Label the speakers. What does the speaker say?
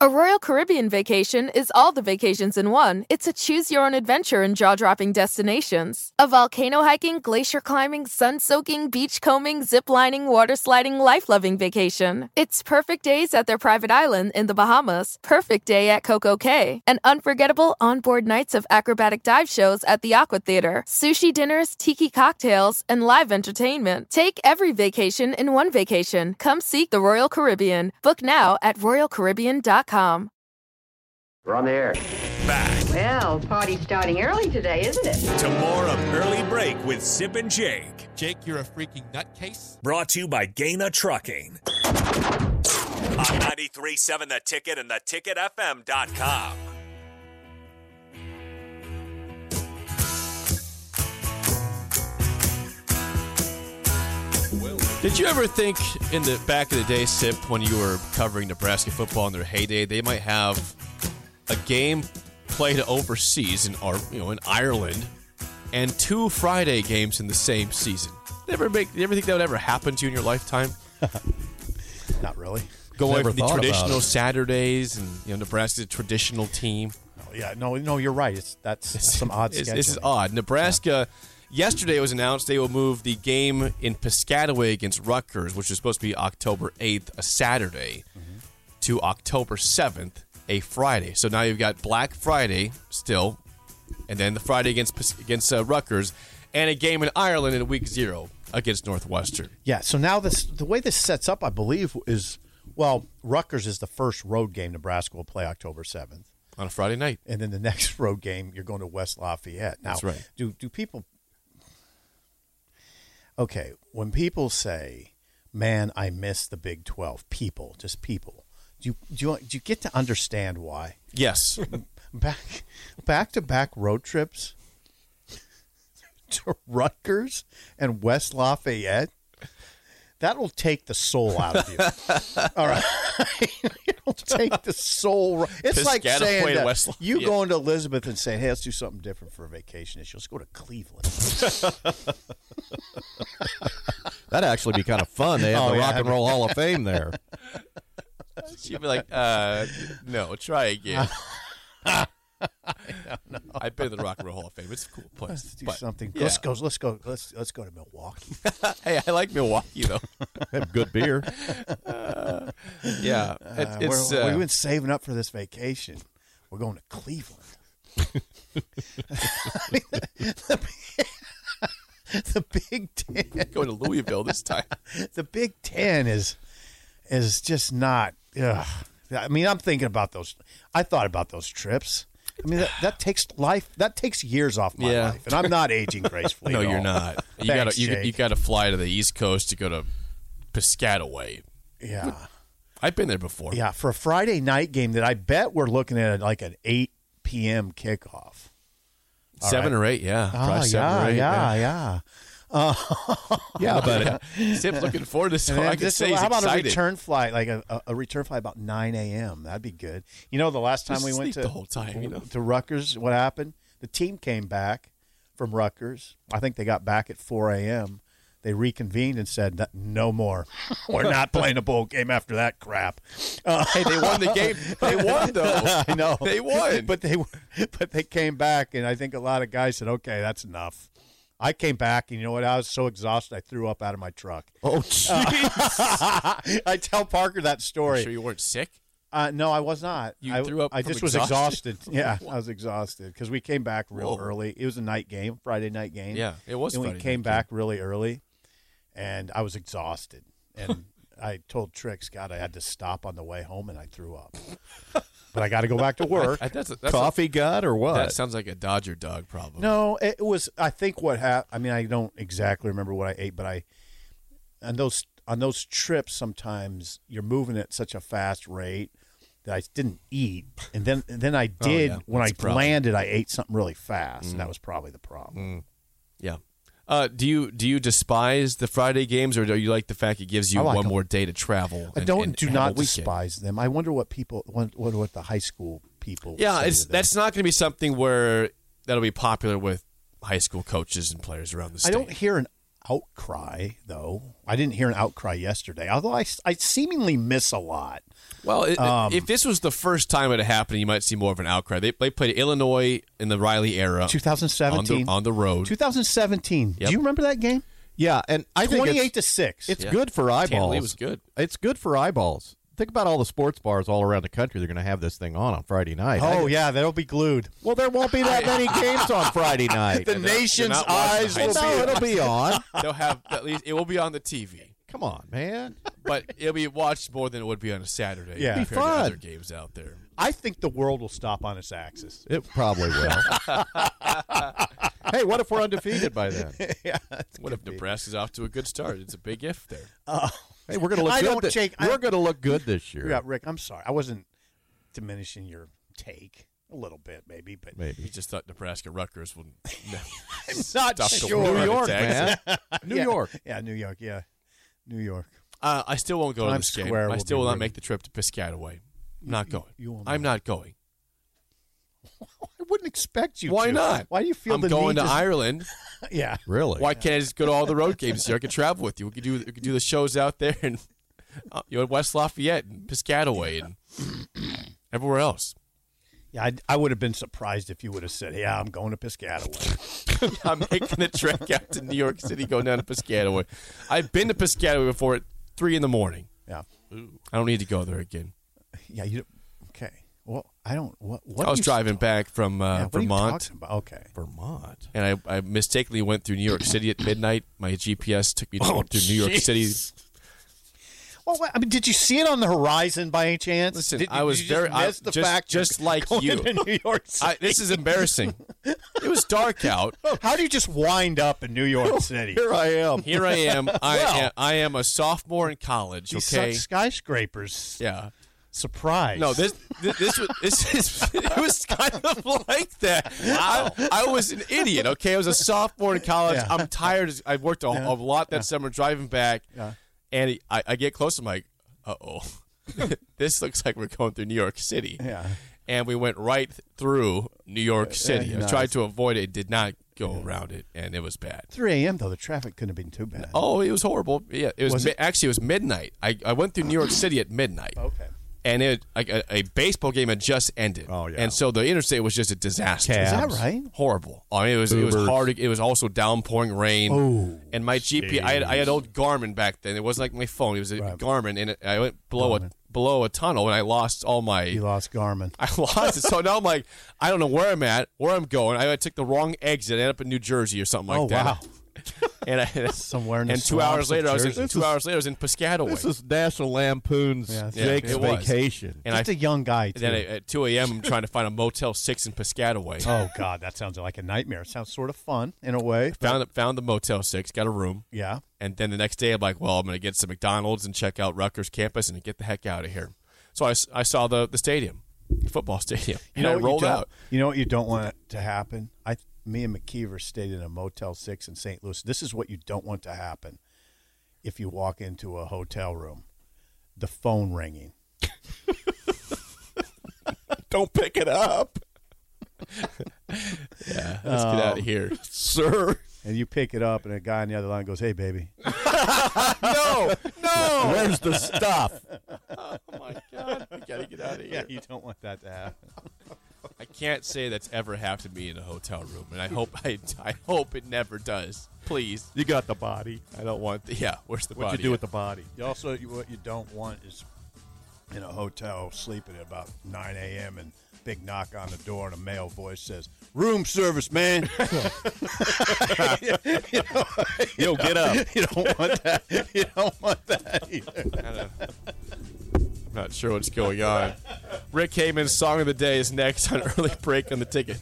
Speaker 1: A Royal Caribbean vacation is all the vacations in one. It's a choose your own adventure in jaw dropping destinations. A volcano hiking, glacier climbing, sun soaking, beach combing, zip lining, water sliding, life loving vacation. It's perfect days at their private island in the Bahamas, perfect day at Coco Cay, and unforgettable onboard nights of acrobatic dive shows at the Aqua Theater, sushi dinners, tiki cocktails, and live entertainment. Take every vacation in one vacation. Come seek the Royal Caribbean. Book now at royalcaribbean.com.
Speaker 2: We're on the air.
Speaker 3: Back
Speaker 4: Well, party's starting early today, isn't it?
Speaker 3: to more of Early Break with Sip and Jake.
Speaker 5: Jake, you're a freaking nutcase.
Speaker 3: Brought to you by Gaina Trucking. On 93.7 The Ticket and theticketfm.com.
Speaker 5: Did you ever think in the back of the day, Sip, when you were covering Nebraska football in their heyday, they might have a game played overseas in our, you know in Ireland, and two Friday games in the same season? Never make. You ever think that would ever happen to you in your lifetime?
Speaker 6: Not really.
Speaker 5: Going
Speaker 6: Never
Speaker 5: from the
Speaker 6: thought about
Speaker 5: traditional
Speaker 6: it.
Speaker 5: Saturdays and you know Nebraska's traditional team.
Speaker 6: Yeah, no, no, you're right. It's that's some odd.
Speaker 5: This,
Speaker 6: scheduling.
Speaker 5: this is odd. Nebraska. Yesterday it was announced they will move the game in Piscataway against Rutgers, which is supposed to be October 8th, a Saturday, to October 7th, a Friday. So now you've got Black Friday still, and then the Friday against Pis- against uh, Rutgers, and a game in Ireland in week zero against Northwestern.
Speaker 6: Yeah. So now this, the way this sets up, I believe, is well, Rutgers is the first road game Nebraska will play October seventh,
Speaker 5: On a Friday night,
Speaker 6: and then the next road game you're going to West Lafayette. Now,
Speaker 5: That's right.
Speaker 6: do do people? Okay, when people say, "Man, I miss the Big 12. people, just people. Do you do you, do you get to understand why?
Speaker 5: yes,
Speaker 6: back back to back road trips to Rutgers and West Lafayette. That'll take the soul out of you. All right, it'll take the soul. It's like
Speaker 5: Piscataway
Speaker 6: saying
Speaker 5: to
Speaker 6: that
Speaker 5: West
Speaker 6: you
Speaker 5: Lafayette.
Speaker 6: going to Elizabeth and saying, "Hey, let's do something different for a vacation this year. Let's go to Cleveland."
Speaker 7: That'd actually be kind of fun. They have
Speaker 6: Oh,
Speaker 7: the
Speaker 6: yeah.
Speaker 7: Rock and Roll Hall of Fame there.
Speaker 5: she'd be like, uh, "No, try again." I've been to the Rock and Roll Hall of Fame. It's a cool place.
Speaker 6: Let's do
Speaker 5: But-
Speaker 6: something.
Speaker 5: yeah.
Speaker 6: Let's go. Let's go. Let's let's go to Milwaukee.
Speaker 5: Hey, I like Milwaukee though.
Speaker 7: Have good beer.
Speaker 5: yeah, it,
Speaker 6: Uh,
Speaker 5: it's
Speaker 6: we're,
Speaker 5: uh,
Speaker 6: we've been saving up for this vacation. We're going to Cleveland. the Big Ten,
Speaker 5: going to Louisville this time.
Speaker 6: the Big Ten is is just not. Ugh. I mean, I'm thinking about those. I thought about those trips. I mean, that, that takes life. That takes years off my
Speaker 5: Yeah.
Speaker 6: life, and I'm not aging gracefully.
Speaker 5: No,
Speaker 6: at
Speaker 5: you're
Speaker 6: all.
Speaker 5: not. You
Speaker 6: Thanks,
Speaker 5: gotta you,
Speaker 6: Jake.
Speaker 5: you gotta fly to the East Coast to go to Piscataway.
Speaker 6: Yeah,
Speaker 5: I've been there before.
Speaker 6: yeah. For a Friday night game that I bet we're looking at like an 8 p.m. kickoff.
Speaker 5: seven or eight. Yeah,
Speaker 6: Oh,
Speaker 5: Probably seven
Speaker 6: yeah,
Speaker 5: or eight,
Speaker 6: yeah, yeah. Uh,
Speaker 5: yeah. But Sip's looking forward to this.
Speaker 6: And
Speaker 5: I
Speaker 6: then
Speaker 5: can
Speaker 6: just-
Speaker 5: say he's
Speaker 6: how about
Speaker 5: excited.
Speaker 6: a return flight, like a, a, a return flight about 9 a.m.? That'd be good. You know, the last time
Speaker 5: Just
Speaker 6: we
Speaker 5: sleep
Speaker 6: went to
Speaker 5: the whole time, you know?
Speaker 6: to Rutgers, what happened? The team came back from Rutgers. I think they got back at 4 a.m. They reconvened and said, "That- "No more. We're not playing a bowl game after that crap." Uh,
Speaker 5: Hey, they won the game. They won though.
Speaker 6: I know
Speaker 5: They won.
Speaker 6: but they but they came back, and I think a lot of guys said, "Okay, that's enough." I came back, and you know what? I was so exhausted, I threw up out of my truck.
Speaker 7: Oh, jeez.
Speaker 6: I tell Parker that story.
Speaker 5: sure you weren't sick.
Speaker 6: Uh, no, I was not.
Speaker 5: You
Speaker 6: I,
Speaker 5: threw up
Speaker 6: I
Speaker 5: from
Speaker 6: just was
Speaker 5: exhaustion?
Speaker 6: exhausted. Yeah, I was exhausted because we came back real
Speaker 5: Whoa.
Speaker 6: early. It was a night game, Friday night game.
Speaker 5: Yeah, it was
Speaker 6: And
Speaker 5: Friday
Speaker 6: we came
Speaker 5: night
Speaker 6: back really early, and I was exhausted. And I told Trix, God, I had to stop on the way home, and I threw up. but I got to go back to work.
Speaker 5: I- that's a- that's a-
Speaker 7: Coffee gut or what?
Speaker 5: that sounds like a Dodger dog problem.
Speaker 6: No, it was. I think what happened. I mean, I don't exactly remember what I ate, but I on those on those trips sometimes you're moving at such a fast rate that I didn't eat, and then and then I did
Speaker 5: Oh, yeah.
Speaker 6: when
Speaker 5: That's
Speaker 6: I
Speaker 5: a problem. Mm.
Speaker 6: landed. I ate something really fast, and that was probably the problem.
Speaker 5: Yeah. Uh, do you do you despise the Friday games, or do you like the fact it gives you
Speaker 6: I like
Speaker 5: one
Speaker 6: them.
Speaker 5: more day to travel?
Speaker 6: I
Speaker 5: and-
Speaker 6: don't
Speaker 5: and
Speaker 6: do
Speaker 5: have a
Speaker 6: not
Speaker 5: weekend?
Speaker 6: despise them. I wonder what people what what, what the high school people.
Speaker 5: Yeah,
Speaker 6: say
Speaker 5: it's
Speaker 6: to them.
Speaker 5: that's not going to be something where that'll be popular with high school coaches and players around the state.
Speaker 6: I don't hear an outcry, though. I didn't hear an outcry yesterday, although I, I seemingly miss a lot.
Speaker 5: Well, it,
Speaker 6: Um,
Speaker 5: if this was the first time it had happened, you might see more of an outcry. They, they played Illinois in the Riley era, on
Speaker 6: 2017.
Speaker 5: the, on the road.
Speaker 6: 2017.
Speaker 5: Yep.
Speaker 6: Do you remember that game?
Speaker 7: Yeah, and I think it's-
Speaker 6: 28 to 6.
Speaker 7: It's good for eyeballs.
Speaker 5: Tanley was good.
Speaker 7: It's good for eyeballs. Think about all the sports bars all around the country. They're going to have this thing on on Friday night.
Speaker 6: oh,
Speaker 7: I-
Speaker 6: yeah, that'll be glued.
Speaker 7: well, there won't be that many games on Friday night.
Speaker 6: The nation's
Speaker 5: not watching
Speaker 6: eyes
Speaker 5: the high
Speaker 6: will
Speaker 5: school.
Speaker 7: no,
Speaker 6: be.
Speaker 7: it'll be on.
Speaker 5: They'll have at least it will be on the TV,
Speaker 7: Come on, man.
Speaker 5: but it'll be watched more than it would be on a Saturday.
Speaker 6: Yeah. Be
Speaker 5: compared to other
Speaker 7: fun.
Speaker 5: games out there.
Speaker 6: I think the world will stop on its axis.
Speaker 7: It probably will. hey, what if we're undefeated by then?
Speaker 5: What if Nebraska's off to a good start? It's a big if there.
Speaker 7: Hey, we're going to look
Speaker 6: I
Speaker 7: good.
Speaker 6: don't
Speaker 7: thi-
Speaker 6: shake- I-
Speaker 7: we're going to look good this year.
Speaker 6: Yeah, Rick, I'm sorry. I wasn't diminishing your take a little bit, maybe, but
Speaker 5: He
Speaker 7: Maybe.
Speaker 5: just thought Nebraska Rutgers would.
Speaker 6: I'm not
Speaker 5: Stop the
Speaker 6: sure.
Speaker 5: world.
Speaker 7: New York, man.
Speaker 5: Texas.
Speaker 7: New
Speaker 6: Yeah.
Speaker 7: York.
Speaker 6: Yeah, New York. Yeah, New York.
Speaker 5: Uh, I still won't go to
Speaker 6: Times
Speaker 5: this game.
Speaker 6: Square
Speaker 5: I
Speaker 6: will
Speaker 5: still
Speaker 6: be
Speaker 5: will not
Speaker 6: ruined.
Speaker 5: make the trip to Piscataway. I'm not going.
Speaker 6: you will
Speaker 5: I'm not going.
Speaker 6: I wouldn't expect you.
Speaker 5: Why
Speaker 6: to.
Speaker 5: not?
Speaker 6: Why do you feel
Speaker 5: I'm
Speaker 6: the
Speaker 5: going
Speaker 6: need
Speaker 5: to Ireland.
Speaker 6: Yeah,
Speaker 7: Really?
Speaker 5: Why can't I just go to all the road games here? I could travel with you. We could do we could do the shows out there and uh, you know West Lafayette and Piscataway and everywhere else.
Speaker 6: yeah. I, I would have been surprised if you would have said, "Yeah, I'm going to Piscataway."
Speaker 5: I'm making the trek out to New York City, going down to Piscataway. I've been to Piscataway before at three in the morning.
Speaker 6: yeah,
Speaker 5: I don't need to go there again.
Speaker 6: yeah. You okay? Well, I don't. What? What?
Speaker 5: I
Speaker 6: are
Speaker 5: was
Speaker 6: you-
Speaker 5: driving back from uh,
Speaker 6: yeah, what are you
Speaker 5: Vermont,
Speaker 6: talking about? Okay.
Speaker 5: Vermont, and I, I mistakenly went through New York City at midnight. My GPS took me through New York City.
Speaker 6: Well, what- I mean, did you see it on the horizon by any chance?
Speaker 5: Listen,
Speaker 6: Did-
Speaker 5: I was
Speaker 6: did you
Speaker 5: very-
Speaker 6: just
Speaker 5: I-
Speaker 6: miss the
Speaker 5: just-
Speaker 6: fact you're
Speaker 5: just like
Speaker 6: going
Speaker 5: you.
Speaker 6: to New York City.
Speaker 5: I, this is embarrassing. it was dark out.
Speaker 6: How do you just wind up in New York City?
Speaker 7: Here I am.
Speaker 5: Here I am. I am. I am a sophomore in college.
Speaker 6: These
Speaker 5: Okay.
Speaker 6: skyscrapers.
Speaker 5: Yeah.
Speaker 6: Surprise!
Speaker 5: No, this this this was, this is it was kind of like that. Wow. I, I was an idiot. Okay, I was a sophomore in college.
Speaker 6: Yeah.
Speaker 5: I'm tired. I worked a, a lot that summer driving back, and I, I get close. I'm like, uh oh, this looks like we're going through New York City.
Speaker 6: Yeah. Uh,
Speaker 5: and we went right through New York City. I tried to avoid it, did not go around it, and it was bad.
Speaker 6: 3 a.m. though the traffic couldn't have been too bad.
Speaker 5: Oh, it was horrible. Yeah, it was,
Speaker 6: Was
Speaker 5: mi- actually it was midnight. I, I went through New York City at midnight.
Speaker 6: Okay.
Speaker 5: And it like a, a baseball game had just ended.
Speaker 7: Oh, yeah.
Speaker 5: And so the interstate was just a disaster.
Speaker 7: Is
Speaker 6: that right?
Speaker 5: Horrible. I mean, it was it was
Speaker 7: Ubers.
Speaker 5: hard. It was also downpouring rain.
Speaker 6: Oh,
Speaker 5: and my GP, I had I had old Garmin back then. It wasn't like my phone. It was a Garmin, and it, I went below a below a tunnel, and I lost all my
Speaker 6: You lost Garmin.
Speaker 5: I lost it. So now I'm like, I don't know where I'm at, where I'm going. I, I took the wrong exit. I ended up in New Jersey or something like
Speaker 6: Oh,
Speaker 5: that.
Speaker 6: wow.
Speaker 5: And I,
Speaker 6: Somewhere in the
Speaker 5: and two hours
Speaker 6: swamps of
Speaker 5: later, I was in,
Speaker 6: Jersey.
Speaker 5: two hours later, I was in Piscataway.
Speaker 7: This is National Lampoon's
Speaker 6: Yeah, it's-
Speaker 7: Jake's
Speaker 5: it was.
Speaker 7: Vacation.
Speaker 5: and I,
Speaker 6: Just a young guy. Too.
Speaker 5: then I- at 2 a.m., I'm trying to find a Motel 6 in Piscataway.
Speaker 6: oh God, that sounds like a nightmare. It sounds sort of fun in a way. but-
Speaker 5: Found found the Motel 6, got a room.
Speaker 6: yeah.
Speaker 5: And then the next day, I'm like, well, I'm going to get some McDonald's and check out Rutgers campus and get the heck out of here. So I, s- I saw the, the stadium, the football stadium. and I
Speaker 6: what
Speaker 5: rolled
Speaker 6: don't-
Speaker 5: out.
Speaker 6: You know what you don't want to happen. I, me and McKeever stayed in a Motel Six in St. Louis. This is what you don't want to happen. If you walk into a hotel room, the phone ringing.
Speaker 5: Don't pick it up. yeah, let's get
Speaker 6: Oh.
Speaker 5: out of here. Sir.
Speaker 6: And you pick it up, and a guy on the other line goes, "Hey, baby."
Speaker 5: No, no.
Speaker 7: Where's the stuff?
Speaker 5: Oh my god, we gotta get out of here.
Speaker 6: you don't want that to happen.
Speaker 5: I can't say that's ever happened to me in a hotel room, and I hope I, I hope it never does. Please,
Speaker 7: You got the body.
Speaker 5: I don't want. The, yeah, where's the
Speaker 7: What'd
Speaker 5: body?
Speaker 7: you do with the body?
Speaker 6: You also, you, what you don't want is in a hotel sleeping at about 9 a.m. and big knock on the door and a male voice says, "Room service, man."
Speaker 7: Yo, get up.
Speaker 6: you don't want that. You don't want that. Either.
Speaker 5: I'm not sure what's going on. Rick Heyman's song of the day is next on early break on the ticket.